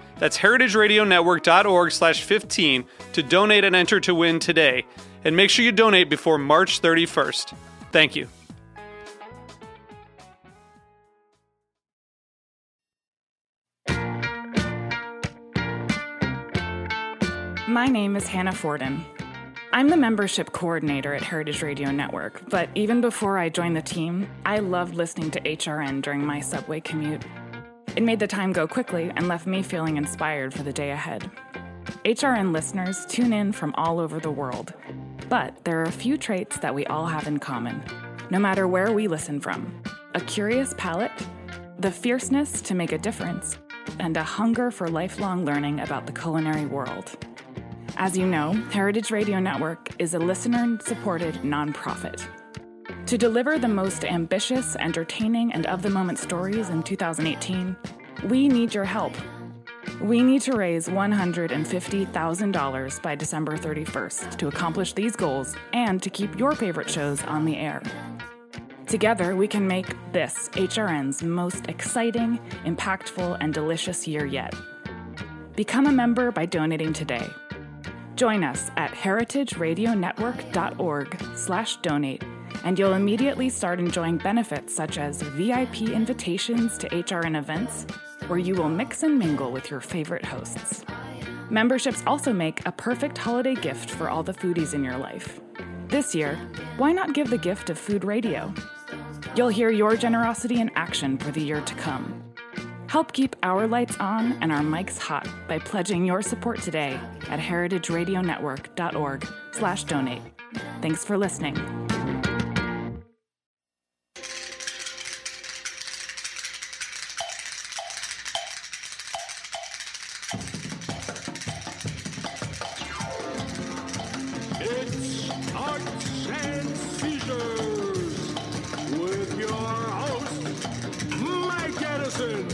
That's heritageradionetwork.org slash 15 to donate and enter to win today. And make sure you donate before March 31st. Thank you. My name is Hannah Forden. I'm the membership coordinator at Heritage Radio Network, but even before I joined the team, I loved listening to HRN during my subway commute. It made the time go quickly and left me feeling inspired for the day ahead. HRN listeners tune in from all over the world, but there are a few traits that we all have in common, no matter where we listen from a curious palate, the fierceness to make a difference, and a hunger for lifelong learning about the culinary world. As you know, Heritage Radio Network is a listener supported nonprofit. To deliver the most ambitious, entertaining, and of the moment stories in 2018, we need your help. We need to raise $150,000 by December 31st to accomplish these goals and to keep your favorite shows on the air. Together, we can make this HRN's most exciting, impactful, and delicious year yet. Become a member by donating today. Join us at heritageradionetwork.org slash donate, and you'll immediately start enjoying benefits such as VIP invitations to HRN events, where you will mix and mingle with your favorite hosts. Memberships also make a perfect holiday gift for all the foodies in your life. This year, why not give the gift of food radio? You'll hear your generosity in action for the year to come. Help keep our lights on and our mics hot by pledging your support today at heritageradionetwork.org slash donate. Thanks for listening. It's Arts and Seizures with your host, Mike Edison.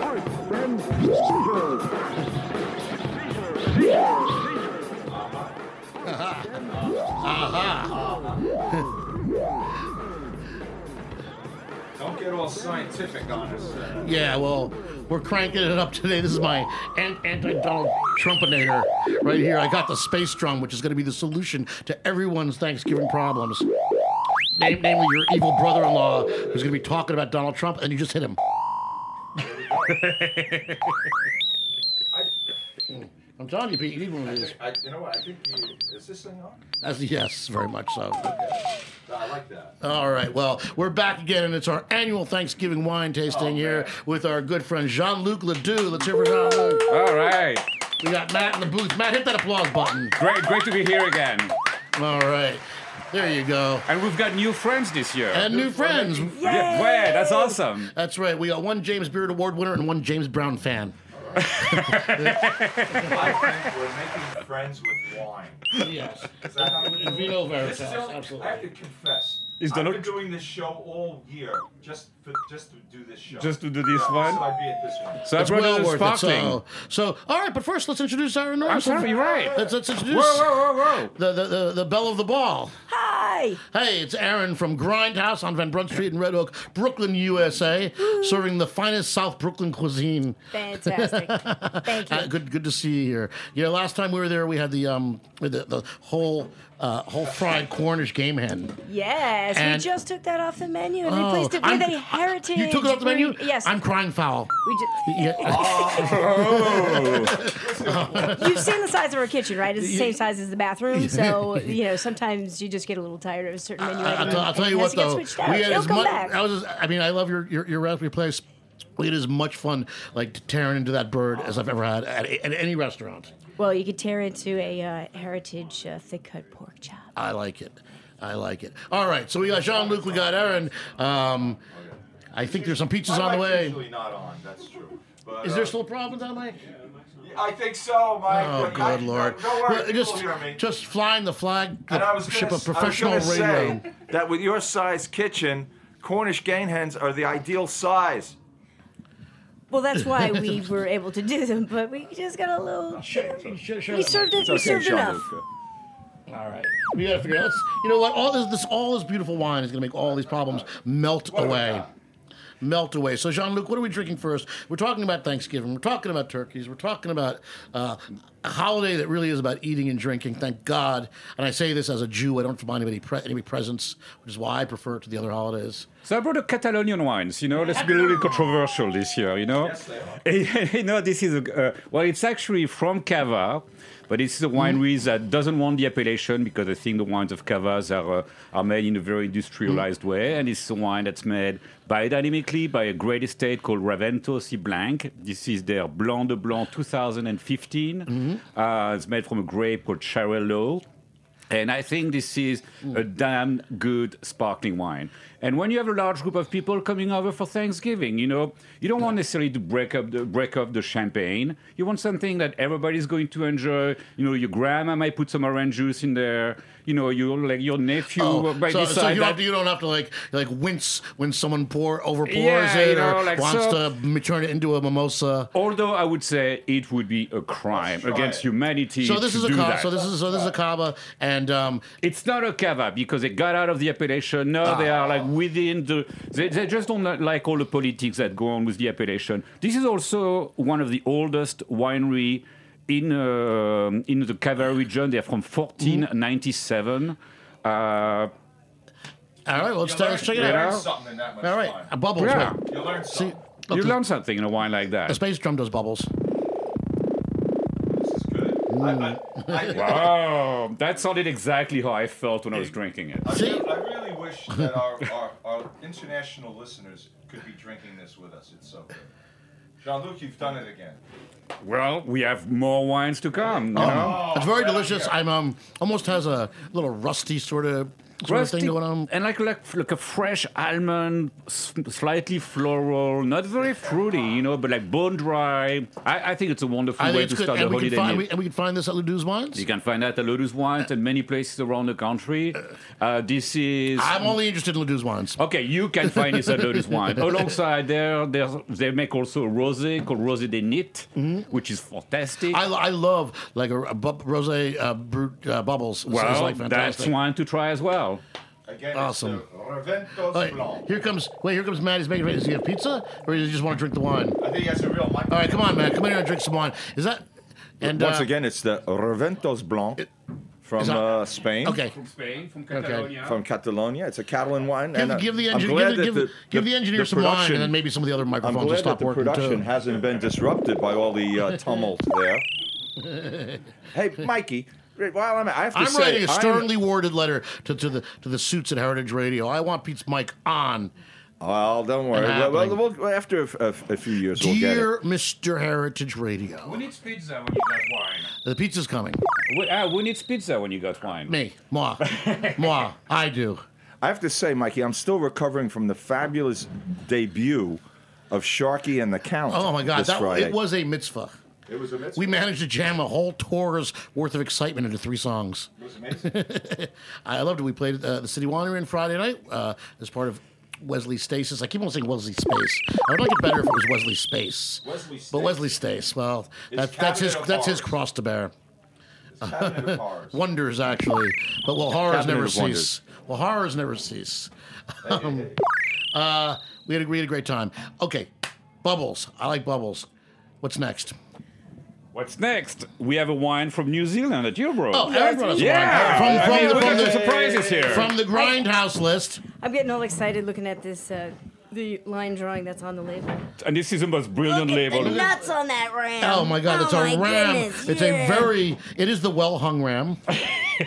Arts and Seizures. Don't get all scientific on us. uh, Yeah, well, we're cranking it up today. This is my an- anti-Donald Trumpinator right here. I got the space drum, which is going to be the solution to everyone's Thanksgiving problems. Name, namely, your evil brother-in-law who's going to be talking about Donald Trump, and you just hit him. I'm telling you, Pete, you need one of these. I, you know what? I think you, is this thing on? That's a yes, very much so. I like that. All right. Well, we're back again, and it's our annual Thanksgiving wine tasting here with our good friend Jean Luc Ledoux. Let's hear for Jean Luc. All right. We got Matt in the booth. Matt, hit that applause button. Great, great to be here again. All right. There you go. And we've got new friends this year. And new friends. yeah, wow, that's awesome. That's right. We got one James Beard Award winner and one James Brown fan. I think we're making friends with wine. Yes. Is that how we do it? Vino This is the only- I have to confess. Is I've Donald- been doing this show all year just for, just to do this show. Just to do this one? So I'd be at this one. So That's I brought well in a worth it. sparkling. So, so, all right, but first, let's introduce our I'm enormous. sorry, you're right. Let's, let's introduce Whoa, whoa, whoa, The, the, the, the bell of the ball. Hi. Hey, it's Aaron from Grindhouse on Van Brunt Street in Red Hook, Brooklyn, USA, serving the finest South Brooklyn cuisine. Fantastic. Thank you. Uh, good, good to see you here. Yeah, last time we were there, we had the um, the, the whole uh, uh, whole fried Cornish game hen. Yes, we And- just took that off the menu and Oh, replaced it I'm- with a heritage. You took it off the menu. breed. Yes. I'm crying foul. we just, Yeah. you've seen the size of our kitchen, right? It's the same size as the bathroom, so you know sometimes you just get a little tired of a certain menu. I- item I'll, tell- I'll and tell it you has what to get though, switched out. we had It'll as come much. back. I was, just, I mean, I love your your, your recipe place. We had as much fun like tearing into that bird as I've ever had at, at any restaurant. well, you could tear into a uh, heritage uh, thick cut pork chop. I like it. I like it. All right, so we got Jean Luc, we got Aaron. Um, I think there's some pizzas on the way. Usually not on. That's true. But, Is there uh, still problems on the way? I think so, Mike. Oh, but I, good lord! Don't worry, Well, people just, hear me. just flying the flag, and I was the ship gonna, of s- I was gonna professional radio. say that with your size kitchen, Cornish game hens are the ideal size. Well, that's why we were able to do them, but we just got a little. Shut- shut up. We served it. We served enough. All right, we gotta figure out. Let's, you know what? All this, this, all this beautiful wine is gonna make all these problems melt away. Melt away. So, Jean Luc, what are we drinking first? We're talking about Thanksgiving. We're talking about turkeys. We're talking about uh, a holiday that really is about eating and drinking. Thank God. And I say this as a Jew. I don't buy anybody pre- any presents, which is why I prefer it to the other holidays. So I brought a Catalonian wines. You know, let's be a little controversial this year. You know, you know this is a, uh, well, it's actually from Cava, but it's a winery that doesn't want the appellation because I think the wines of Cavas are uh, are made in a very industrialized way, and it's a wine that's made biodynamically by a great estate called Ravento Si Blanc. This is their Blanc de Blanc 2015. Uh, it's made from a grape called Charolais. And I think this is Mm. a damn good sparkling wine. And when you have a large group of people coming over for Thanksgiving, you know, you don't want necessarily to break up the break up the champagne. You want something that everybody's going to enjoy. You know, your grandma might put some orange juice in there. You know, your like your nephew Oh, might so, decide so you, don't that- have to, you don't have to like like wince when someone pour over pours Yeah, it you know, or like, wants so- to m- turn it into a mimosa. Although I would say it would be a crime try against it. humanity. So this to is a do cava. that. So this is so this is a cava, and um, It's not a cava because they got out of the appellation. No, they are like within the. They, they just don't li- like all the politics that go on with the appellation. This is also one of the oldest winery in um in the Cava region. They're from 1497. Uh, all right, well, let's, let's check it out. something in that much All right, a bubbles. Yeah. man. You learn See, something. look, you the- learn something in a wine like the that. space drum does bubbles. This is good. I, Mm. I, I, Wow, Oh, that sounded exactly how I felt when I was drinking it. I, See? really, I really wish that our, our, our international listeners could be drinking this with us. It's so good. Jean Luc, you've done it again. Well, we have more wines to come. You know? it's very right on delicious. here. I'm um almost has a little rusty sort of sort of Rustic thing going on. and like like like a fresh almond, s- slightly floral, not very fruity, you know, but like bone dry. I, I think it's a wonderful I way think it's to good, start and the we, holiday can find, meal. we, and we can find this at Ledoux's Wines. you can find that at Lotus Wines and many places around the country. Uh, this is. I'm only interested in Ledoux's Wines. Okay, you can find this at Lotus Wine. Alongside there, there's, they make also a rosé called Rosé des Nit, which is fantastic. Mm-hmm. I, lo- I love like a, a bu- rosé uh, brut, uh, bubbles. It's- it's well, like that's fantastic. one to try as well. Again, Awesome. it's the Reventos All right, Blanc. here comes wait. Here comes Matt. He's making. Does he have pizza or does he just want to drink the wine? I think that's a real Mike. All right, come on, Matt. Come in here and drink some wine. Is that and Once uh, again, it's the Reventos Blanc from is that- uh, Spain. Okay. Spain, from Catalonia. From Catalonia, it's a Catalan wine. Give, and uh, give the I'm engineer glad give, the- that give, give the engineer some wine, production- and then maybe some of the other I'm microphones will glad stop that the working production too. hasn't been disrupted by all the uh, tumult there. hey, Mikey, while I'm, I have to I'm say, writing a I'm- sternly worded letter to, to the to the suits at Heritage Radio. I want Pete's mic on, Well, don't worry. Not Well, well, happening. we'll- after a, a- a few years, we'll get it. dear Mr. Heritage Radio. Who needs pizza when you got wine? The pizza's coming. Wh- ah, who needs pizza when you got wine? Me, moi, moi. I do. I have to say, Mikey, I'm still recovering from the fabulous debut of Sharky and the Count. Oh my God, this that Friday. it was a mitzvah. It was amazing. We managed to jam a whole tour's worth of excitement into three songs. It was amazing. I loved it. We played uh, the City Winery on Friday night uh, as part of Wesley Stasis. I keep on saying Wesley Space. I would like it better if it was Wesley Space. Wesley But Stace. Wesley Stace, well, It's that, that's his Cabinet of that's his Horrors. cross to bear. It's Cabinet of Horrors. Wonders actually, but will horrors Cabinet never of cease? Wonders. Will horrors never cease? Um, uh, we had a, we had a great time. Okay, bubbles. I like bubbles. What's next? What's next? We have a wine from New Zealand that you brought. Oh, Aaron brought us yeah. wine. I From, from, mean, the, we from, got some the, surprises here. from the grindhouse list. I'm getting all excited looking at this uh, the line drawing that's on the label. and this is the most brilliant label. nuts on that ram. Oh my God, it's a ram. it's a very, it is the well hung ram.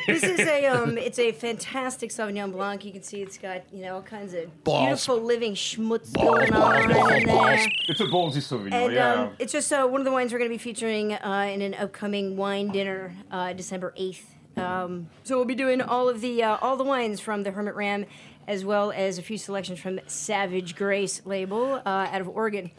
This is a um, it's a fantastic Sauvignon Blanc. You can see it's got you know all kinds of Balls. beautiful living schmutz Balls, going on balls, balls, in there. balls. Oh, It's a ballsy souvenir, And yeah. um, it's just uh, one of the wines we're going to be featuring uh, in an upcoming wine dinner, uh, December eighth. Um, so we'll be doing all of the uh, all the wines from the Hermit Ram, as well as a few selections from Savage Grace label uh, out of Oregon.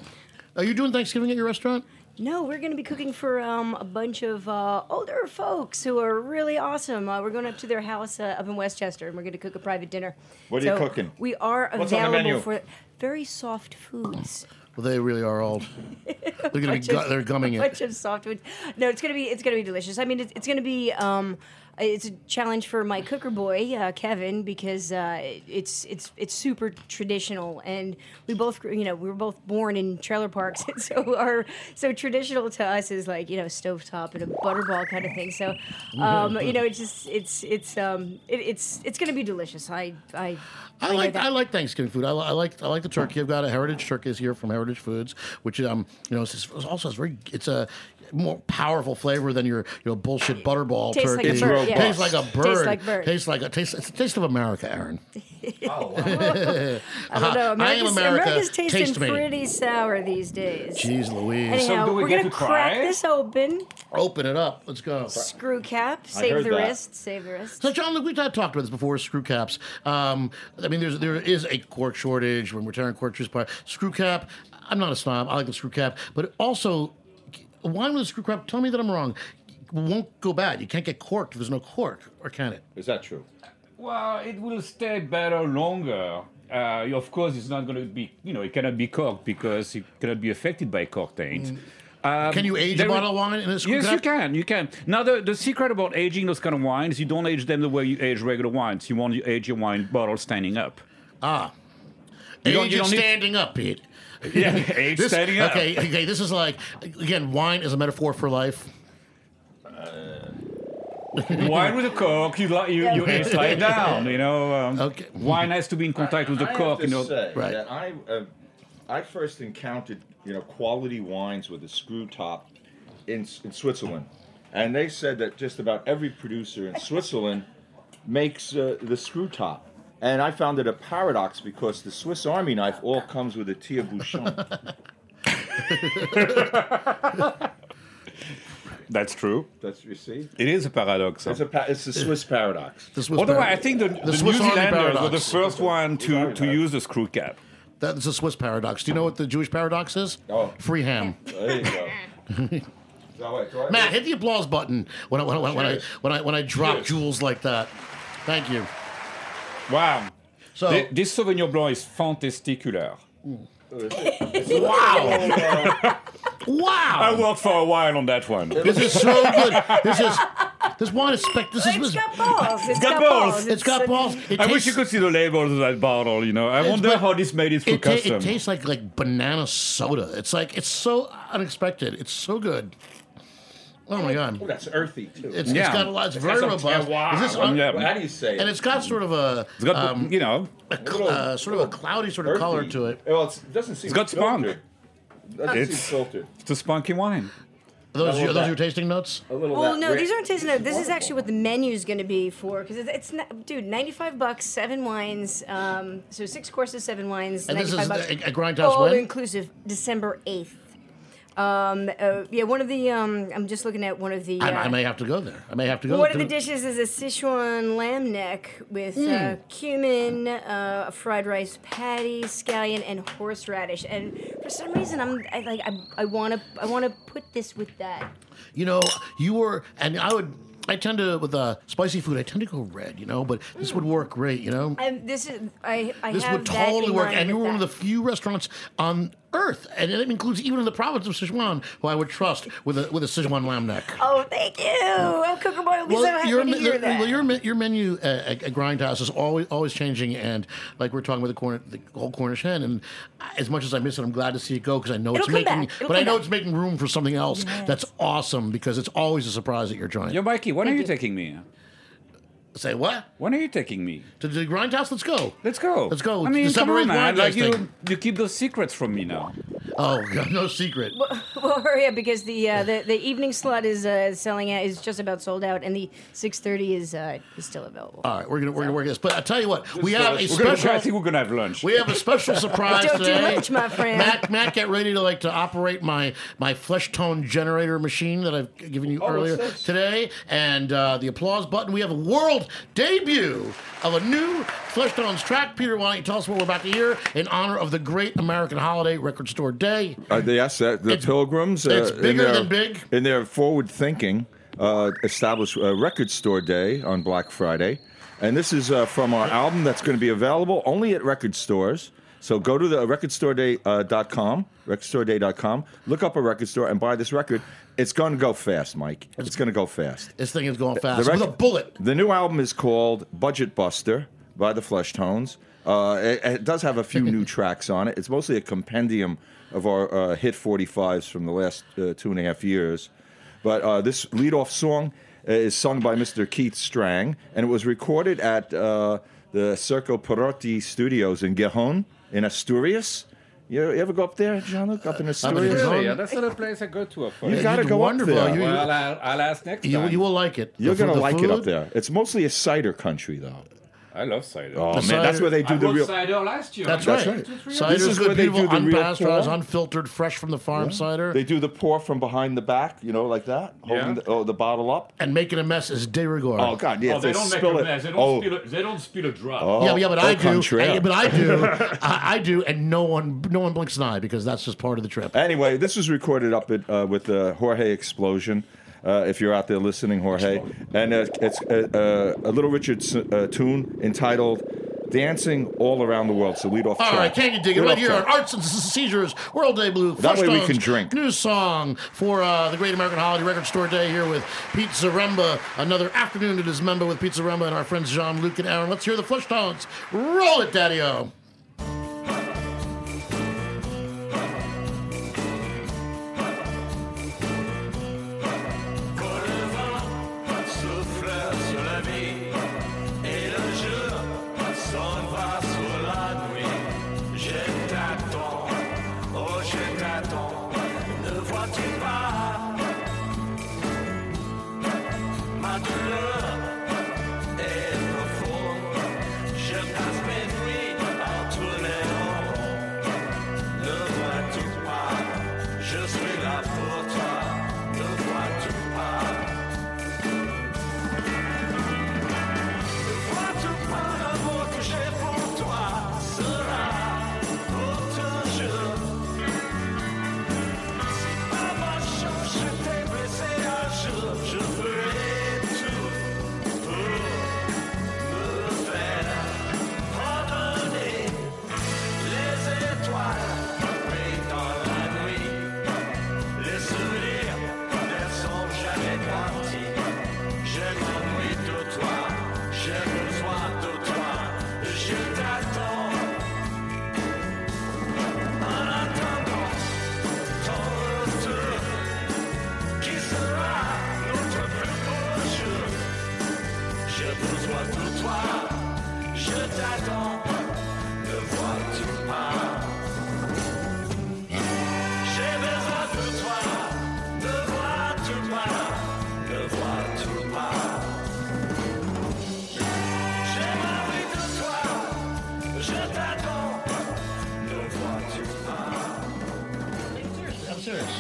Are you doing Thanksgiving at your restaurant? No, we're going to be cooking for um, a bunch of uh, older folks who are really awesome. Uh, we're going up to their house uh, up in Westchester, and we're going to cook a private dinner. What are you cooking? We are available What's on the menu? for very soft foods. Well, they really are old. They're going to be, Bunch of- gu- they're gumming a it. bunch of soft foods. No, it's gonna be it's gonna be delicious. I mean, it's, it's gonna be um, it's a challenge for my cooker boy uh, Kevin because uh, it's it's it's super traditional, and we both grew, you know we were both born in trailer parks, and so our so traditional to us is like you know stovetop and a butterball kind of thing. So um, you know it's just it's it's um, it, it's it's gonna be delicious. I I I like I like Thanksgiving food. I, li- I like I like the turkey. I've got a heritage turkey here from Heritage Foods, which um you know it's, it's also it's very it's a more powerful flavor than your your bullshit butterball Tastes like turkey. a It's bird, yeah. Tastes like a Tastes bird. like bird. Tastes like a taste. It's the taste of America, Aaron. I I don't know. am America's, America. America's tasting Taste me. pretty sour these days. Jeez Louise, Anyhow, do we we are get gonna to crack try? this open. open it up. Let's go. Screw cap. Save heard the that. wrist. Save the wrist. So, John, look, we've not talked about this before. Screw caps. Um, I mean, there's there is a cork shortage when we're tearing cork trees apart. Screw cap. I'm not a snob. I like the screw cap, but also a wine with a screw cap. Tell me that I'm wrong. Won't go bad. You can't get corked if there's no cork, or can it? Is that true? Well, it will stay better longer. Uh, you- of course, it's not going to be, you know, it cannot be corked because it cannot be affected by cork taint. Mm. Um, Can you age a there bottle is- of wine in a screw Yes, cap? you can. You can. Now, the, the secret about aging those kind of wines, you don't age them the way you age regular wines. You want to age your wine bottle standing up. Ah, You don't- age you it don't need- standing up, Pete. Yeah, age This- standing up. Okay, okay. This is like again, wine is a metaphor for life. Wine with a cork, you, li- you, you age slide down, you know. Um, Okay. Wine has to be in contact with the I cork, have you to know. say Right. that I, uh, I first encountered you know quality wines with a screw top in, S- in Switzerland, and they said that just about every producer in Switzerland makes uh, the screw top. And I found it a paradox because the Swiss Army knife all comes with a tia bouchon. That's true. That's you see, It is a paradox. huh? it's a pa- it's the Swiss paradox. This was Although par- I think the, the, Swiss New Army Zealanders were the paradox. first one to, to paradox. use the screw cap. that's a Swiss paradox. Do you know what the Jewish paradox is? Oh. free ham. There you go. No, wait, do I- Matt, hit the applause button when I when I when, I Cheers. when I when I drop Cheers. jewels like that. Thank you. Wow. So Thi- This Sauvignon Blanc is fantasticular. Oh, I wow, worked for a while on that one. this is so good. This is this wine is spec. This It's is got balls. got It's got, balls. balls. it's got balls. It I tastes, wish you could see the labels of that bottle, you know. I wonder but- how this made it through It, ta- custom. it tastes like like banana soda. It's like it's so unexpected. It's so good. Oh my god. That's earthy too. It's, Yeah. it's got a lot. It's It very has a robust. terroir. Is this Um, un- yeah. Well, how do you say it? And it's got sort of a, it's got, um, you know, a cl- uh, sort of a cloudy sort of earthy. color to it. Well, it's- it doesn't seem It's got spunk. filtered. Doesn't seem It's- filtered. it's a spunky wine. Are Those I your, those love that. your tasting notes. A little. Well, that no, rich. these aren't tasting notes. This is actually what the menu's going to be for because it's, it's not, dude, ninety-five bucks, seven wines. Um, so six courses, seven wines, And this ninety-five is bucks. a- a Grindhouse all when? inclusive, December eighth. Um, uh, yeah, one of the. Um, I'm just looking at one of the. Uh, I, I may have to go there. I may have to go. One of to- the dishes is a Sichuan lamb neck with uh, Hmm. cumin, uh, a fried rice patty, scallion, and horseradish. And for some reason, I'm I, like I, I want to I want to put this with that. you know, you were, and I would, I tend to with uh, spicy food, I tend to go red, you know, but this would work great, you know. And this is I I This have would that totally in work, mind and you with were one of that. the few restaurants on Earth, and it includes even the province of Sichuan, who I would trust with a with a Sichuan lamb neck. Oh, thank you. Oh, Cooker Boy will be so happy your, to me- hear the- that. well, your me- your menu at, at Grindhouse is always always changing, and like we're talking with the, corner, the whole Cornish hen, and as much as I miss it, I'm glad to see it go because I know It'll it's come making, back. It'll but I come know back. it's making room for something else that's awesome because it's always a surprise at your joint. Yo, Mikey, when are you taking me? Say what When are you taking me? to the Grindhouse? Let's go. Let's go. Let's go. I mean, come December on, eighth, man. Wine Like Tasting. you, you keep those secrets from me now. Oh, God, no secret. well, hurry up because the uh, the, the evening slot is uh, selling out is just about sold out, and the six thirty is uh, is still available. All right, we're gonna we're gonna work this. But I tell you what, we have a We're gonna, I special. think we're gonna have lunch. We have a special surprise Don't do today. much, my friend. Matt, Matt, get ready to like to operate my my flesh tone generator machine that I've given you earlier Oh, this? today, and uh, the applause button. We have a world debut of a new flesh tones track. Peter, why don't you tell us what we're about to hear in honor of the great American holiday record store day? Uh, yes, that, the It's- Pilgrims. Uh, it's in bigger their- than big. In their forward thinking, uh, established a record store day on Black Friday, and this is uh, from our album that's going to be available only at record stores. So go to the uh, recordstoreday.com, recordstoreday.com, look up a record store and buy this record. It's going to go fast, Mike. It's going to go fast. This thing is going The fast rec- with a bullet. The new album is called Budget Buster by the Flesh Tones. Uh, it, it does have a few new tracks on it. It's mostly a compendium of our uh, hit 45s from the last uh, two and a half years. But uh, this lead off song uh, is sung by Mr. Keith Strang, and it was recorded at uh, the Circo Perotti Studios in Gijón, in Asturias. You, you ever go up there, John Luke? Uh, Up in Asturias? Gijón. Yeah, that's not a place I go to. Of You course. gotta did go up wonderful. there. You- Well, I'll, I'll ask next You, time. you will like it. You're The fu- going to the like it up food- there. It's mostly a cider country, though. I love cider. Oh, The man, that's cider- where they do I the bought real. cider last year. Oh, That's, I That's right. right. Cider This is is good, where they beautiful, do the real unpasteurized, pour. unfiltered, fresh from the farm cider. Mm-hmm. They do the pour from behind the back, you know, like that, holding Yeah. the, oh, the bottle up. and making a mess is de rigueur. Oh God, yeah, Oh, if they don't make spill a it. mess. They don't, oh, spill, a, they don't spill a drop. Oh. yeah, but- yeah, but au I do. contraire. I- but I do. I, I do, and no one, no one blinks an eye because that's just part of the trip. Anyway, this was recorded up at, uh, with uh, Jorge Explosion. Uh, if you're out there listening, Jorge, and uh, it's uh, uh, a Little Richard s- uh, tune entitled "Dancing All Around the World." So lead off. All track. right, can you dig it Lead right off here on track. Arts and Seizures World Day Blue? That Fresh way we Tones, can drink. New song for uh, the Great American Holiday Record Store Day here with Pete Zaremba. Another afternoon at his member with Pete Zaremba and our friends Jean Luc and Aaron. Let's hear the Flesh Tones. Roll it, Daddy O. Quand le vent souffle sur la vie et le jour s'en va sur la nuit, je t'attends, oh je t'attends, ne vois-tu pas ma douleur est profonde, je passe mes nuits à tourner en rond. Ne vois-tu pas, je suis là pour toi. Ne vois-tu pas? Ne vois-tu pas l'amour que j'ai pour toi sera pour toujours? Si par malchance je t'ai blessé un jour, je ferai tout pour me faire pardonner. Les étoiles brillent dans la nuit. Les sourires ne sont jamais partis. Je m'ennuie de toi. J'ai besoin de toi. Je t'attends. En attendant ton retour, qui sera notre plus beau jour. J'ai besoin de toi. Je t'attends. Ne vois-tu pas J'ai besoin de toi, ne vois-tu pas, ne vois-tu pas J'ai envie de toi, je t'attends, ne vois-tu pas I'm serious.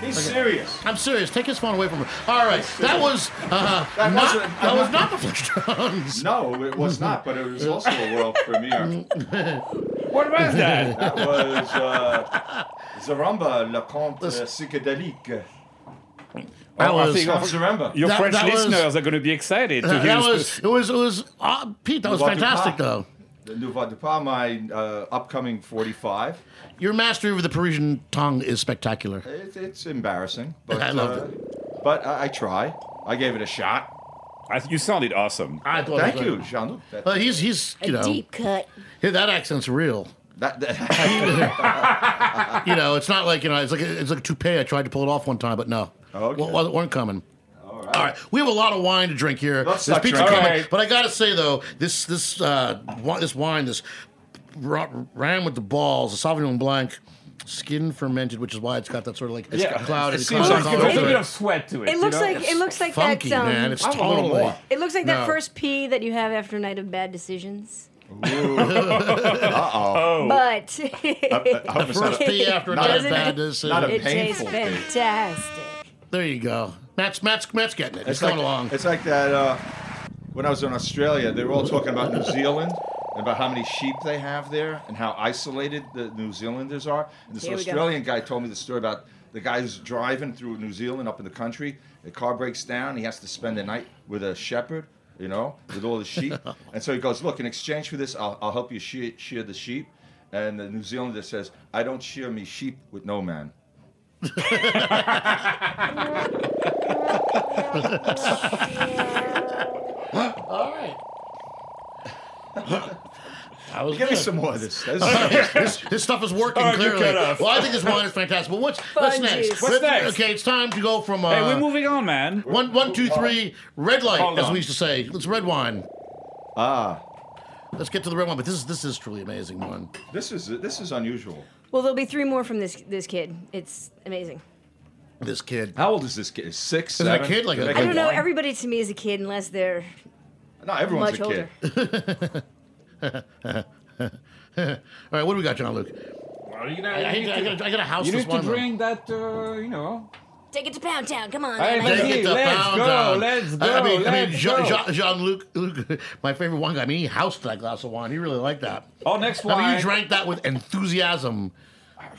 He's serious. I'm serious. Take his phone away from her. All right, that was uh, That not, wasn't- that was not the Flesh Tones. No, it was not, but it was also a world premiere. What was that? That was uh, Zaramba, Le Conte Psychédélique. That Oh, I was- think Of Zaramba. Your That- French that was- listeners are going to be excited to That, hear that this- was it was it was uh, Pete. That was What do you fantastic, want? though. the Nouveau de Pas, my uh, upcoming 45. Your mastery of the Parisian tongue is spectacular. It's, it's embarrassing, but I loved uh, But I, I try. I gave it a shot. I, you sounded awesome. I thought it Thank was you, like- Jean-Luc. That- Well, he's he's you know Deep cut. hey, that accent's real. that- that- You know, it's not like you know it's like it's like a toupee. I tried to pull it off one time, but no, Okay. Wa- wa- weren't coming. All All right, we have a lot of wine to drink here. Let's There's not pizza drink. coming, All right. but I gotta say though, this this uh, wi- this wine, this ra- ram with the balls, the Sauvignon Blanc, skin fermented, which is why it's got that sort of like it's got clouded. It it's seems got like that there's a color little to bit of sweat to it. It you looks know? like it looks like funky, that. Um, man. It's I'm a little totally. late. it looks like No. that first pee that you have after a night of bad decisions. Oh. Uh-oh. But it I hope it's First not a- pee after a Not night of a- bad decision. not a- tastes Painful pee. fantastic. There you go. Matt's Matt's Matt's getting it. It's, it's coming like, along. It's like that uh, when I was in Australia, they were all talking about New Zealand. and About how many sheep they have there and how isolated the New Zealanders are. And this Here we go. Australian guy told me the story about the guy's driving through New Zealand up in the country. The car breaks down. He has to spend the night with a shepherd, you know, with all the sheep. and so he goes, Look, in exchange for this, I'll, I'll help you shear, shear the sheep. And the New Zealander says, I don't shear me sheep with no man. All right. I was Give me good. some more of this. This is- this, this stuff is working All right, you clearly. cut off. Well, I think this wine is fantastic. But what's, what's next? juice. What's next? Okay, it's time to go from uh, Hey, we're moving on, man. one, one, two, three, red light, Hold as on. we used to say. It's red wine. ah, Let's get to the red wine. But this is this is truly amazing one. this is this is unusual. Well, there'll be three more from this this kid. It's amazing. This kid. How old is this kid? Six, it a seven? kid? Like a- Like I don't know. one? Everybody to me is a kid unless they're No, everyone's much a kid. older. All right, what do we got, John Luke? Well, you know, I, I, you I, need gotta, I gotta house You this need to wine. drink that, uh, you know. Take it to Pound Town. Come on. Hey, man. man. Take it to Let's pound go, town. let's I, I go, mean, I mean, let's Jean, go. Jean, Jean Luc, Luc, my favorite wine guy. I mean, he housed that glass of wine. He really liked that. Our next I mean, Oh, wine. you drank that with enthusiasm.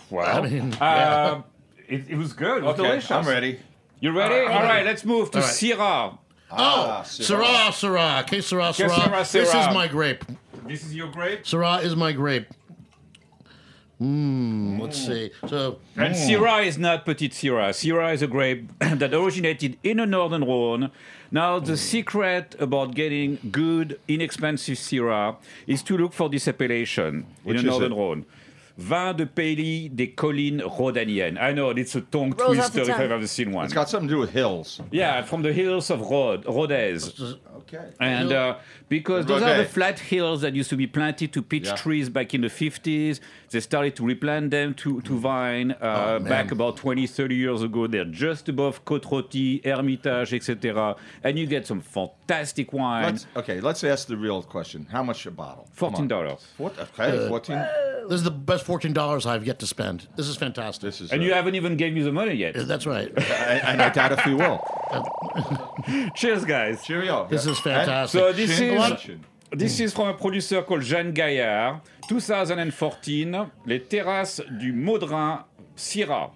Well, I mean, uh, it, it was good. It was Okay, delicious. I'm ready. You ready? All right, let's move to All right. Syrah. Oh, Syrah, Syrah, que Syrah, Que Syrah. Syrah, This is Syrah. my grape. This is your grape. Syrah is my grape. Mmm. Let's see. So, And Syrah is not Petit Syrah. Syrah is a grape that originated in the northern Rhone. Now, the secret about getting good, inexpensive Syrah is to look for this appellation Which in is the northern it? Rhone. Vin de Pays des Collines Rhodaniennes. I know it's a tongue Rolls off twister the if tongue. I've ever seen one. It's got something to do with hills. yeah, from the hills of Rhode, Rhodes. Okay. And Hill. uh, because those Okay. are the flat hills that used to be planted to peach Yeah. trees back in the 50s, they started to replant them to, Mm. to vine Oh, uh, man. back about 20, 30 years ago. They're just above Côte Rôtie, Hermitage, etc. And you get some fantastic wine. Let's, okay, let's ask the real question. How much a bottle? Come on. $14. Four, Uh, okay, 14 this is the best $14 I've yet to spend. This is fantastic. This is. And uh, you haven't even gave me the money yet. That's right. and I doubt if we will. Cheers, guys. Cheerio. This Yeah. is And- fantastic. So this Chin, is chin, chin. this is from a producer called Jeanne Gaillard, 2014, Les Terrasses du Maudrin Syrah.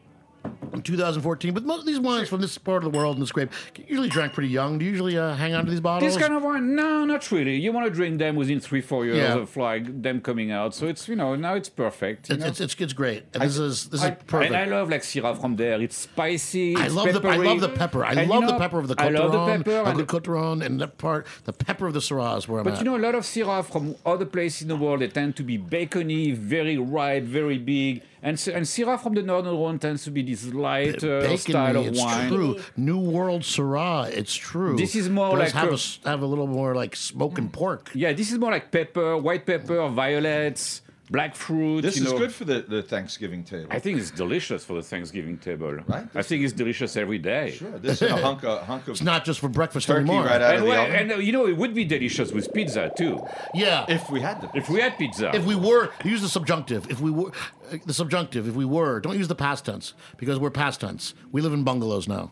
In 2014, but most of these wines from this part of the world in this grape usually drank pretty young. Do you usually uh, hang on to these bottles? This kind of wine, no, not really. You want to drink them within three, four years Yeah. of like them coming out. So it's you know now it's perfect. you it's, know? it's, it's, it's great. And this is this is perfect. and I love like Syrah from there. It's spicy. I it's love the I peppery. love the pepper. I And, you love the know, pepper of the I love the Coteron, pepper a and good the- Coteron, and that part, the pepper of the Syrah is where I'm But at. you know, a lot of Syrah from other places in the world, they tend to be bacony, very ripe, very big. And, s- and Syrah from the Northern Rhone tends to be this light uh, Bacon, style of it's wine. true. New World Syrah, it's true. This is more Does like have a- Mm. a, s- have a little more like smoking pork. Yeah, this is more like pepper, white pepper, violets, black fruit. This you is know. good for the, the Thanksgiving table. I think it's delicious for the Thanksgiving table. Right? I think it's delicious every day. sure. This is a hunk of hunk of It's not just for breakfast turkey anymore. right out of And, the well, oven. and uh, you know, it would be delicious with pizza too. yeah. If, if we had the. If we had pizza. we were use the subjunctive. If we were uh, the subjunctive. If we were, don't use the past tense because we're past tense. We live in bungalows now.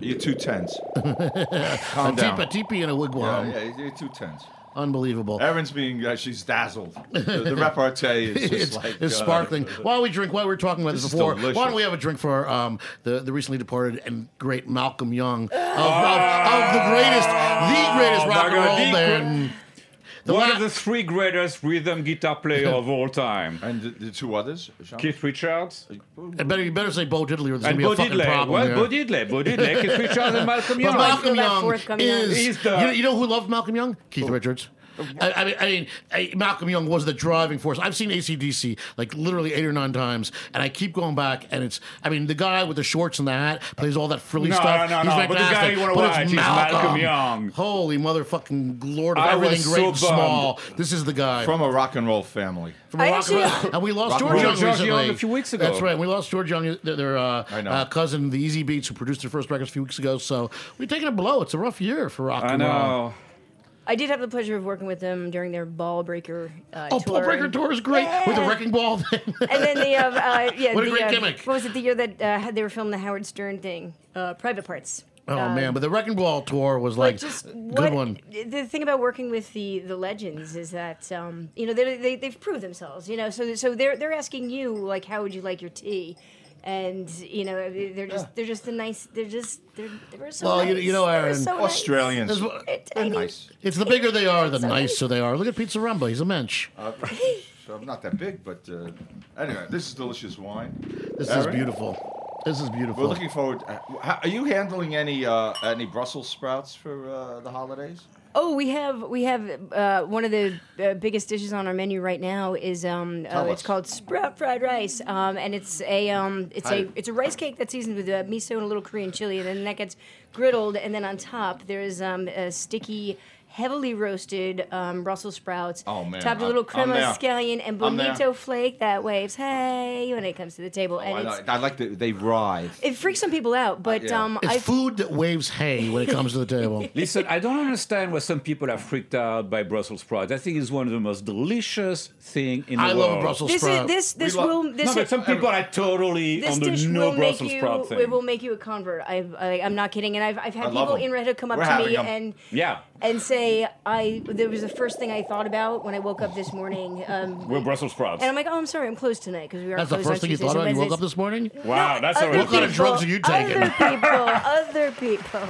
you're two tens. Calm Deep a down. teepee in a Yeah, wigwam. yeah, you're two tens. Unbelievable. Erin's being uh, she's dazzled. The, the repartee is just it's, like it's uh, sparkling. While we drink, while we were talking about this, This is before, why don't delicious. we have a drink for um, the, the recently departed and great Malcolm Young of, of, of the greatest, the greatest rock my and God, roll the band. The One la- of the three greatest rhythm guitar player of all time. And the, the two others? Jean? Keith Richards I better you better say Bo Diddley, or there's gonna and be Bo a fucking Diddley. problem. Well, here. Bo Diddley, Bo Diddley, Keith Richards and Malcolm But Young. Malcolm Feel that Young fourth coming is, He's the- you, you know who loved Malcolm Young? Keith Richards. I, I mean, I mean I, Malcolm Young was the driving force. I've seen ACDC like literally eight or nine times, and I keep going back. And it's, I mean, the guy with the shorts and the hat plays all that frilly No, stuff. no, no, He's but the guy fantastic, you wanna but watch it's is Malcolm Young. Holy motherfucking lord of I was everything great so and small. This is the guy From a rock and roll family. from a I rock and actually- roll- and we lost Rock and George roll. Young George recently. Young a few weeks ago. That's right. We lost George Young, their, their uh, I know. uh, cousin, the Easy Beats, who produced their first records a few weeks ago. So we've taken a blow. It's a rough year for rock I and roll. know. I did have the pleasure of working with them during their ball breaker uh, Oh, tour. Paul Breaker Tour is great with the wrecking ball thing. And then the uh, uh, yeah, What a the, great uh, gimmick. What was it? The year that uh, had- they were filming the Howard Stern thing, uh, Private Parts. oh Uh, man, but the wrecking ball tour was But like just good what, one. The thing about working with the, the legends is that um, you know they, they they've proved themselves. You know, so so they're they're asking you like, how would you like your tea? And you know they're just they're just a nice they're just they're they were so Well, you- nice. you know, They were Aaron, so nice. Australians. There's one- They're tiny. Nice. It's the bigger they are, the So- nicer they are. Look at Pizza Rumba; he's a mensch. Uh, so I'm not that big, but uh, anyway, this is delicious wine. This is Aaron? beautiful. This is beautiful. We're looking forward. uh, how, are you handling any uh, any Brussels sprouts for uh, the holidays? Oh, we have we have uh, one of the uh, biggest dishes on our menu right now is um, uh, Tell it's us. called sprout fried rice, um, and it's a um, it's Hi. a it's a rice cake that's seasoned with uh, miso and a little Korean chili, and then that gets griddled, and then on top there is um, a sticky. Heavily roasted um, Brussels sprouts, Oh, man, topped with I'm- a little crema I'm there. scallion and I'm there. bonito flake that waves hey when it comes to the table, Oh, and I, like- it's, I like the they writhe. it freaks some people out, but yeah. um, it's I food that waves hay when it comes to the table. Listen, I don't understand why some people are freaked out by Brussels sprouts. I think it's one of the most delicious thing in the I world. love a Brussels this sprout. is this this love- will this No, but some people are totally This on the dish no will Brussels make you. sprout thing. It will make you a convert. I, I I'm not kidding, and I've I've had I love people 'em. in Red Hook come up We're to having me 'em. and Yeah. and say I there was the first thing I thought about when I woke up this morning. Um, We're Brussels sprouts. and I'm like, oh, I'm sorry, I'm closed tonight because we are. That's the closed first on thing you Tuesdays thought about when and you woke up this Wednesdays." morning. wow, that's Other already. What kind of people- drugs are you taking? Other people, other people.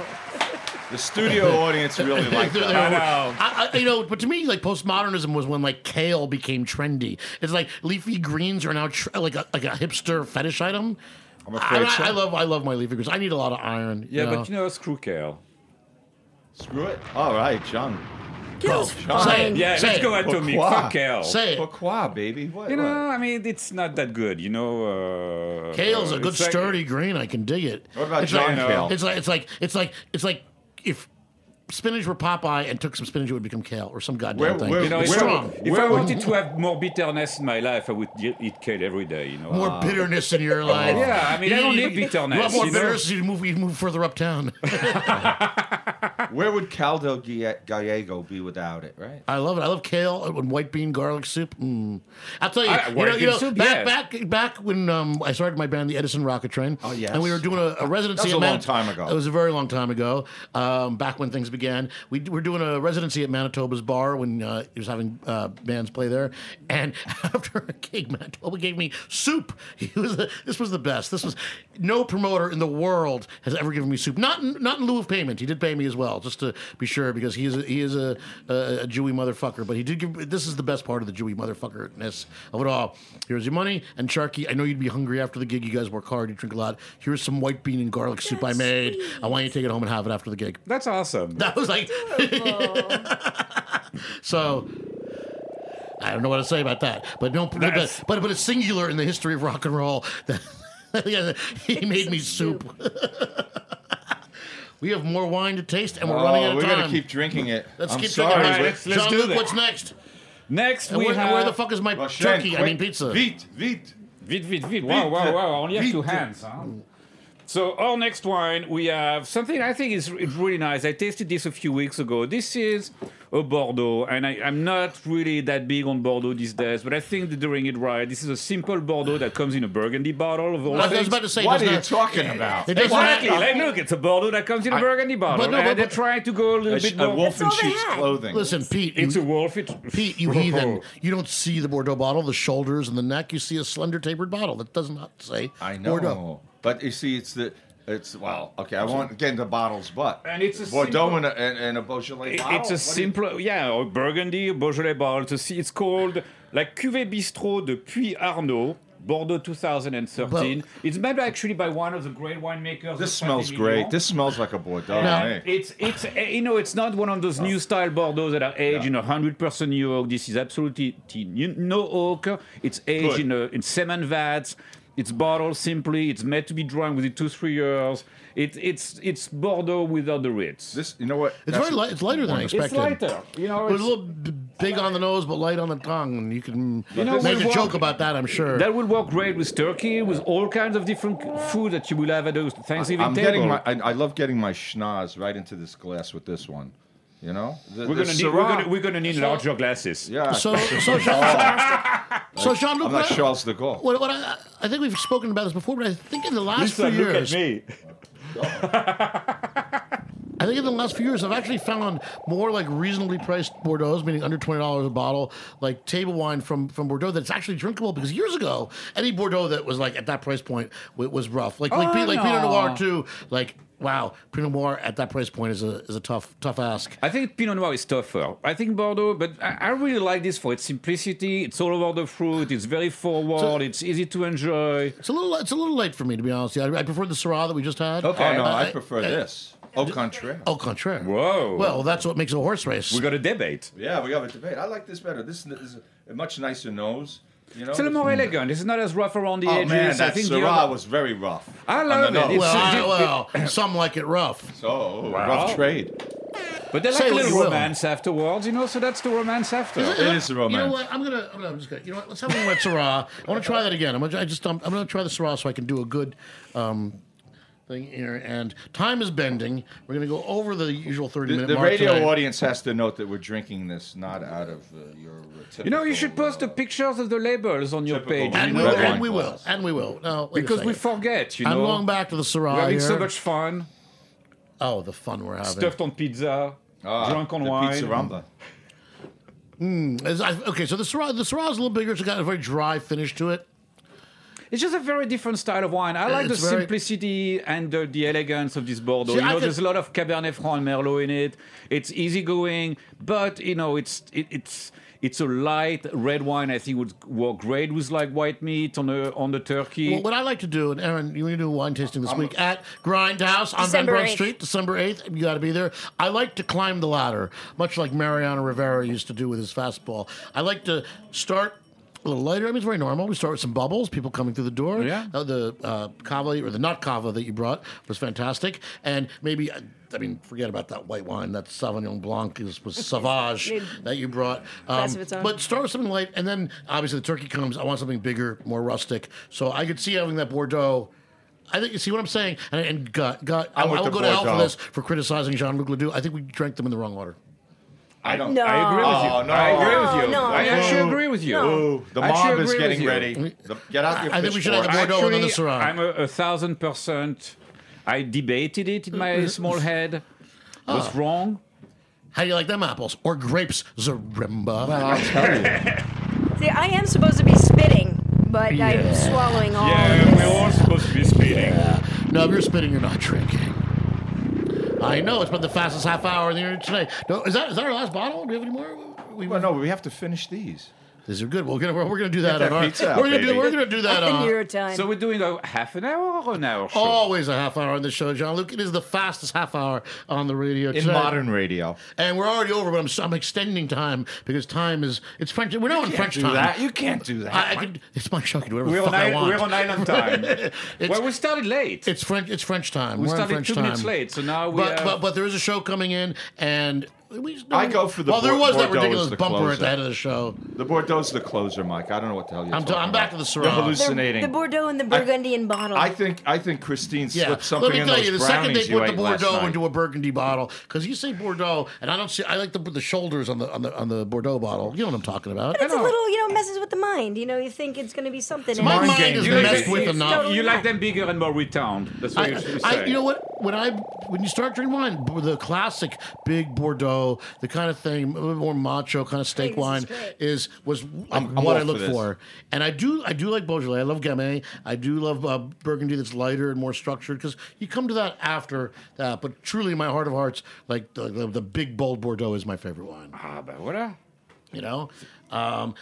The studio audience really like They're- that. they're- I know. I- I- you know, but to me, like postmodernism was when like kale became trendy. It's like leafy greens are now tr- like a, like a hipster fetish item. I'm afraid I, so. I love I love my leafy greens. I need a lot of iron. Yeah, you know? but you know, screw kale. Screw it. All right, Oh, John. Kills say fine. it. Yeah, Say let's it. go atomic. Pourquoi? Fuck kale. say it. Pourquoi, baby? What? Oh, You what? know, I mean, it's not that good. You know, uh, Kale's uh, a good it's like- sturdy green. I can dig it. What about it's giant like, kale? It's like it's like it's like it's like if spinach were Popeye and took some spinach, it would become kale or some goddamn Where- thing. where- You know, it's if, I, strong. if I wanted to have more bitterness in my life, I would y- eat kale every day. You know, More bitterness in your life. Yeah, I mean, I don't need bitterness, You want more you know? bitterness? You move, you move further uptown. Where would Caldo Gie- Gallego be without it, right? I love it. I love kale and white bean garlic soup. Mm. I'll tell you, I- you white know, you bean know soup, back, yes. back back when um, I started my band, the Edison Rocket Train. Oh, yes. and we were doing a, a residency. That was at a long Manit- time ago. It was a very long time ago. Um, back when things began, we d- were doing a residency at Manitoba's Bar when uh, he was having uh, bands play there. And after a gig, Manitoba gave me soup. He was the, this was the best. This was no promoter in the world has ever given me soup. Not in, not in lieu of payment. He did pay me as well, just to be sure, because he is a, he is a, a, a Jewy motherfucker. But he did give. This is the best part of the Jewy motherfuckerness of it all. Here's your money and Sharky. I know you'd be hungry after the gig. You guys work hard. You drink a lot. Here's some white bean and garlic soup I That's made. sweet. I want you to take it home and have it after the gig. that's awesome. That was like Adorable. so. I don't know what to say about that, but no, but That's- but, but it's singular in the history of rock and roll. that- yeah, he made me soup. we have more wine to taste, and we're running out oh, of we're time. gonna keep drinking it. Let's I'm keep sorry. drinking. All right, wine. let's- let's John do Luke, that. what's next? Next, And we where, have where the fuck is my turkey? I mean pizza. Vite, vite. Vite, vite, vite. Wow, wow, wow. Only have Vite. two hands, huh? Mm. So our next wine, we have something I think is is really nice. I tasted this a few weeks ago. This is a Bordeaux, and I, I'm not really that big on Bordeaux these days, but I think they're doing it right. This is a simple Bordeaux that comes in a Burgundy bottle of all I was things. about to say, What there's are you not- talking about? It doesn't Exactly. matter. Like, look, it's a Bordeaux that comes in a Burgundy bottle, no, but- and they're but- trying to go a little A, bit sh- more. a Uh, wolf in all they sheep's had. clothing. Listen, Pete. It's a you, wolf. It, Pete, you heathen. You don't see the Bordeaux bottle, the shoulders and the neck. You see a slender, tapered bottle that does not say I know. Bordeaux. But you see, it's the It's wow. Okay, I want again the bottle's butt. And it's a Bordeaux simple- and a, and, and a Beaujolais. It- bottle? It's a What do you- simple, yeah, or Burgundy, or Beaujolais bottle. To see, it's called La Cuvée Bistrot de Puy Arnaud, Bordeaux 2013. Well- it's made actually by one of the great winemakers. This of smells Saint-Emilion. great. This smells like a Bordeaux. No. eh? It's it's eh, you know it's not one of Oh. those new style Bordeaux that are aged in hundred percent new oak. This is absolutely t- n- no oak. It's aged Good. in a, in cement vats. It's bottled simply. It's meant to be drunk within two three years. It, it's it's Bordeaux without the ritz. This, you know what? It's That's very light. It's lighter than I expected. it's lighter, you know. It was it's- a little b- big on the nose, but light on the tongue, and you can know, make we a walk- joke about that. I'm sure. That will work great with turkey, with all kinds of different food that you will have at a Thanksgiving I'm table. getting my. I, I love getting my schnoz right into this glass with this one. You know, The- we're the gonna need we're Syrah- gonna, we're gonna need larger glasses. Yeah. so, so Jean, Oh. so Jean Luc, I'm not Charles de Gaulle. What, what I, I think we've spoken about this before, but I think in the last Lisa, few look years, at me. I think in the last few years, I've actually found more like reasonably priced Bordeaux, meaning under twenty dollars a bottle, like table wine from from Bordeaux that's actually drinkable. Because years ago, any Bordeaux that was like at that price point wa- was rough. Like like, Oh, Pe- like Pinot no. Noir too. Like wow, Pinot Noir at that price point is a is a tough tough ask. I think Pinot Noir is tougher. I think Bordeaux, but I, I really like this for its simplicity. It's all over the fruit. It's very forward. it's easy to enjoy. It's a little it's a little late for me to be honest. with you. I, I prefer the Syrah that we just had. Okay, Oh, no, Uh, I prefer uh, this. Au contraire. Au contraire. Whoa. Well, that's what makes it a horse race. we got a debate. Yeah, we have a debate. I like this better. This is a much nicer nose. You know, It's a little more elegant. It's not as rough around the Oh edges. man, I that think the Syrah other- was very rough. I on love the it. nose. It's- well, it's- I, well, some like it rough. So rough trade. but they Say like what a you little will. romance afterwards, you know. So that's the romance after. It is a Uh-uh. You know romance. what? I'm gonna. I'm, gonna, I'm just gonna. You know what? Let's have one with Syrah. I want to try that again. I'm gonna. I just. Um, I'm gonna try the Syrah so I can do a good. Um, Thing here and time is bending. We're going to go over the usual thirty The, minute the mark. radio tonight. audience has to note that we're drinking this not out of uh, your. uh, Typical, You know, you should post the pictures of the labels on your Typical page. and you we know, will, Red and wine we will, glass. and we will. No, wait a because we second. forget, you I'm know. going back to the Syrah. We're having so here. much fun. oh, the fun we're having. Stuffed on pizza, Ah, drunk on the wine. Pizza rumba. Is- I- okay, so the Syrah, the Syrah is a little bigger. It's got a very dry finish to it. It's just a very different style of wine. I like the It's very- simplicity and the, the elegance of this Bordeaux. See, you I know, could- there's a lot of Cabernet Franc and Merlot in it. It's easygoing, but you know, it's it, it's it's a light red wine. I think would work great with like white meat on the on the turkey. Well, what I like to do, and Aaron, you're going to do a wine tasting this week at Grindhouse on Van December Brent 8th. Street, December 8th. You got to be there. I like to climb the ladder, much like Mariano Rivera used to do with his fastball. I like to start. A little lighter. I mean, it's very normal. We start with some bubbles, people coming through the door. Yeah. Uh, the uh, cava or the not cava that you brought was fantastic, and maybe I, I mean, forget about that white wine. That Sauvignon Blanc is, was Sauvage that you brought. Class of its own. Um, But start with something light, and then obviously the turkey comes. I want something bigger, more rustic. So I could see having that Bordeaux. I think you see what I'm saying. And, and gut, gut. I, I'm I with will the go to hell for Bordeaux. this for criticizing Jean Luc Ledoux. I think we drank them in the wrong order. I don't. No. I agree with you. Oh, no. I agree with you. No, I no. actually agree with you. Ooh, the I actually mob is agree with getting you. ready. The- get out your I think we should pitchforks. have the Bordeaux and then the Actually, Syrah. I'm a, a thousand percent. I debated it in Mm-hmm. my small head. Ah. Was wrong. How do you like them apples or grapes, Zaremba? See, I am supposed to be spitting, but I'm swallowing all of this. supposed to be speeding. no, if you're spitting, you're not drinking. I know it's been the fastest half hour in the internet today. No, is that is that our last bottle? Do we have any more? We, Well, no, we have to finish these. These are good. We're gonna we're, we're gonna do that. that on our, pizza out, we're gonna do baby. we're gonna do that. uh, in on, Euro time. So we're doing a half an hour or an hour show. Always a half hour on the show, John Luke. It is the fastest half hour on the radio In today. modern radio. and we're already over. But I'm, so- I'm extending time because time is it's French. We're not in French time. You can't do that. I, I could, it's my show. I can do whatever We're the on, fuck I i- want. we're on island time. well, we started late. It's French. It's French time. we We're on started French two time. minutes late, so now we but, have- but but there is a show coming in, and we, I go for the Well, there Bor- was that Bordeaux as ridiculous the bumper at closer. the end of the show. the Bordeaux's the closer, Mike. I don't know what the hell you're I'm t- talking I'm back to the You're Syrah. They're- They're- hallucinating. The Bordeaux and the Burgundian bottle. I think I think Christine Yeah, slipped something let me in tell those you, the second brownies they put you the ate last Bordeaux night. into a Burgundy bottle, because you say Bordeaux, and I don't see. I like the the shoulders on the on the on the Bordeaux bottle. You know what I'm talking about. it's a know. little, you know, messes with the mind. You know, you think it's going to be something. and My it's- mind game. is You like messed that- with it's enough. totally you not. like them bigger and more retound. That's what I, you you I- say. you know what? when I when you start drinking wine, b- the classic big Bordeaux, the kind of thing, a little more macho kind of steak this is wine great. is was I'm- I'm what all I for look this. for. And I do I do like Beaujolais. I love Gamay. I do love uh, Burgundy that's lighter and more structured because you come to that after that. But truly, in my heart of hearts, like the, the, the big bold Bordeaux is my favorite wine Ah, ben voilà. you know. Um,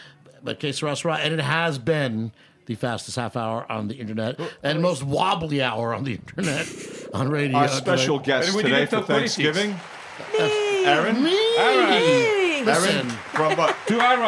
but K Sarah Sarah, and it has been the fastest half hour on the internet Oh, and most wobbly hour on the internet on radio. Our special Like, guest And we today didn't for talk politics. Thanksgiving, Aaron. Me? Aaron Listen. from what? To Aaron.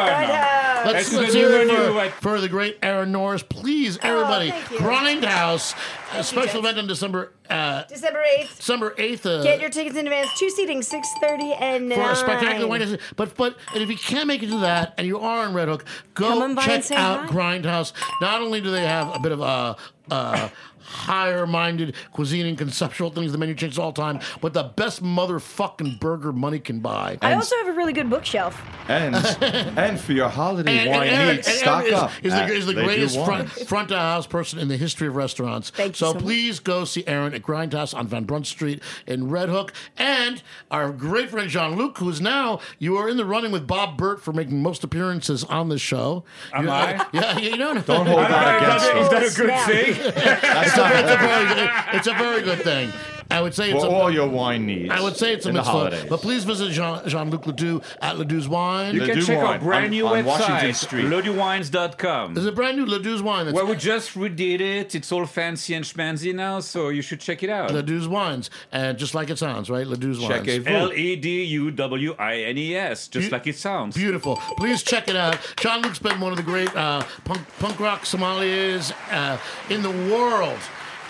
Let's, That's let's the hear new it menu, for, right? for the great Aaron Norris. Please, everybody, Oh, thank you. Grindhouse, a special guys. event on December uh, December 8th. December 8th. Uh, Get your tickets in advance. Two seating, 6.30 and 9. for a spectacular wine tasting. But but and if you can't make it to that, and you are in Red Hook, Come go on by and check say out hi. Grindhouse. Not only do they have a bit of a. Uh, higher-minded cuisine and conceptual things. The menu changes all the time, but the best motherfucking burger money can buy. I also have a really good bookshelf. And and for your holiday And- and wine Aaron- needs, and stock Aaron is, up. Is the, at is the Lakeview greatest front, Wines. front of house person in the history of restaurants. Thank you so so much. please go see Aaron at Grindhouse on Van Brunt Street in Red Hook. And our great friend Jean Luc, who's now, you are in the running with Bob Burt for making most appearances on the show. Am I? Yeah, you don't. Don't hold Ah, that against is him. that us. a good Snap. thing? That's not it's, a very good, it's a very good thing. I would say it's for a. all your wine needs. I would say it's a in the mitzvah, holidays. but please visit Jean Jean Luc Ledoux at Ledoux's Wine. You The can new check wine out brand on- new on Washington website, Street. lodewines.com. There's a brand new Ledoux's Wine. That's Well, we just redid it. It's all fancy and schmancy now, so you should check it out. Ledoux's Wines, and just like it sounds, right? Ledoux's Wines. Check a L E D U W I N E S, just like it sounds. Beautiful. Please check it out. John Luke's been one of the great uh, punk, punk rock sommeliers uh, in the world.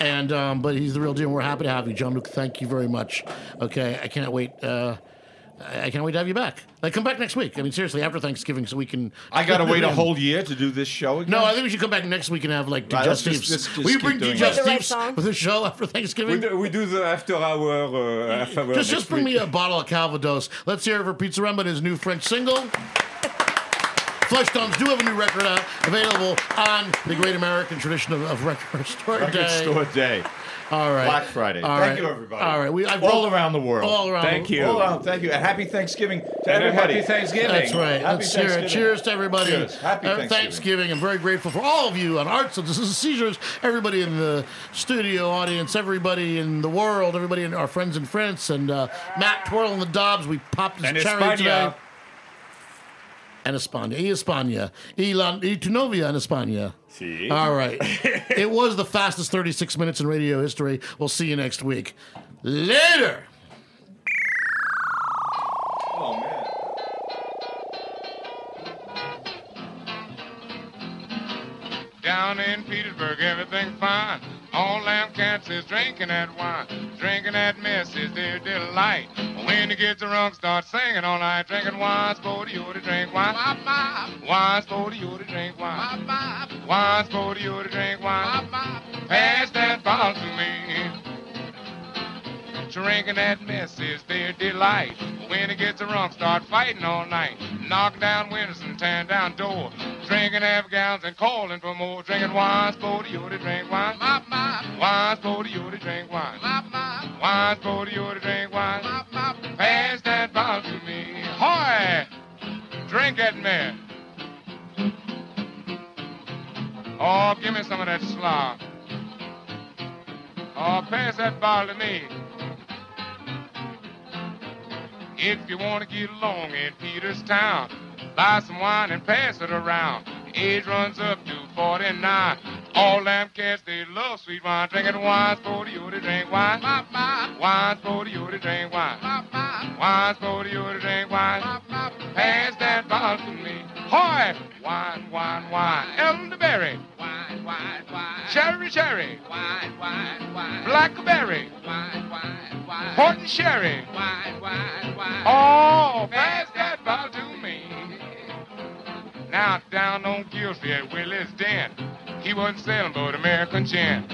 And um, but he's the real deal. and We're happy to have you, John Luke. Thank you very much. Okay, I can't wait. Uh, I I can't wait to have you back. Like, come back next week. I mean, seriously, after Thanksgiving, so we can. I gotta wait a whole year to do this show again. No, I think we should come back next week and have like Right, let's digestives. just- let's just we keep bring doing digestives that. The right song. for the show after Thanksgiving. We do, we do the after hour. Uh, half hour just, just next bring week. me a bottle of Calvados. Let's hear it for Pizza Remba and his new French single. Flesh Tones do have a new record out, available on the great American tradition of, of record store Record day. store day. All right, Black Friday. All Thank right. you, everybody. All right, we I've All rolled- around the world. All around. Thank the- you. Hold on, thank you, and happy Thanksgiving to And a everybody. Happy Thanksgiving. That's right. Happy Let's hear it. Thanksgiving. Cheers to everybody. Cheers. Happy Uh, Thanksgiving. I'm very grateful for all of you on Arts of Seizures, everybody in the studio audience, everybody in the world, everybody in our friends in France, and uh, Matt Twirl and the Dobbs. We popped his And cherry today. España. And España. Y España. Y, E la, y tu novia en España. All right. it was the fastest 36 minutes in radio history. We'll see you next week. Later. Oh man. Down in Petersburg, everything's fine. All them cats is drinking that wine. Drinking that mess is their delight. When the kids are drunk, start singing all night. Drinking wine's for the you to drink wine. Wine's for the you to drink wine. Wine's for the you to drink wine. Pass that bottle to me. Drinking that mess is their delight. When it gets drunk, start fighting all night. Knock down windows and tear down door. Drinking half gallons and calling for more. Drinking wine's for the you to drink wine. Wine's for the you to drink wine. Wine's for the you to drink wine. Pass that bottle to me. Hoy! Drink that mess. Oh, give me some of that slop. Oh, pass that bottle to me. If you want to get along in Peter's town, buy some wine and pass it around. The age runs up to 49. All them cats, they love sweet wine. Drinking wine's for the you to drink wine. Wine's for the you to drink wine. Wine's for the you to drink wine. Pass that bottle to me. Hoy! Wine, wine, wine. Elderberry. Wine, wine, wine. Cherry, cherry. Wine, wine, wine. Blackberry. Wine, wine, wine. Port and sherry. Wine, wine, wine. Oh, pass that bottle to me. Now down on Gillsby at Willie's Den, he wasn't selling but American gin.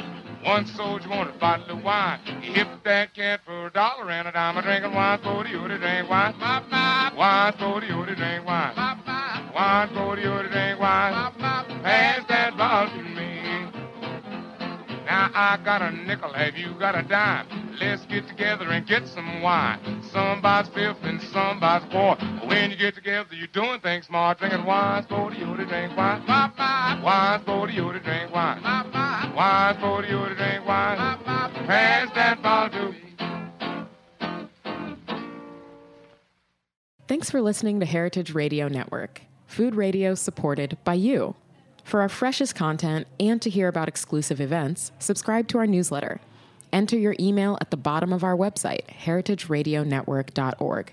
One soldier wanted a bottle of wine. He hipped that cat for a dollar and a dime. A drinking wine for the to drink wine. Wine for the to drink wine. Wine for the to drink wine. Pass that bottle to me. Now I got a nickel, have you got a dime? Let's get together and get some wine. Somebody's fifth and somebody's poor. When you get together, you're doing things smart. Drinking wine's for you to drink wine. Bye bye. Wine's for you to drink wine. Bye bye. Wine's for you to drink wine. Bye bye. Pass that bottle to me. Thanks for listening to Heritage Radio Network, food radio supported by you. For our freshest content and to hear about exclusive events, subscribe to our newsletter. Enter your email at the bottom of our website, heritageradionetwork.org.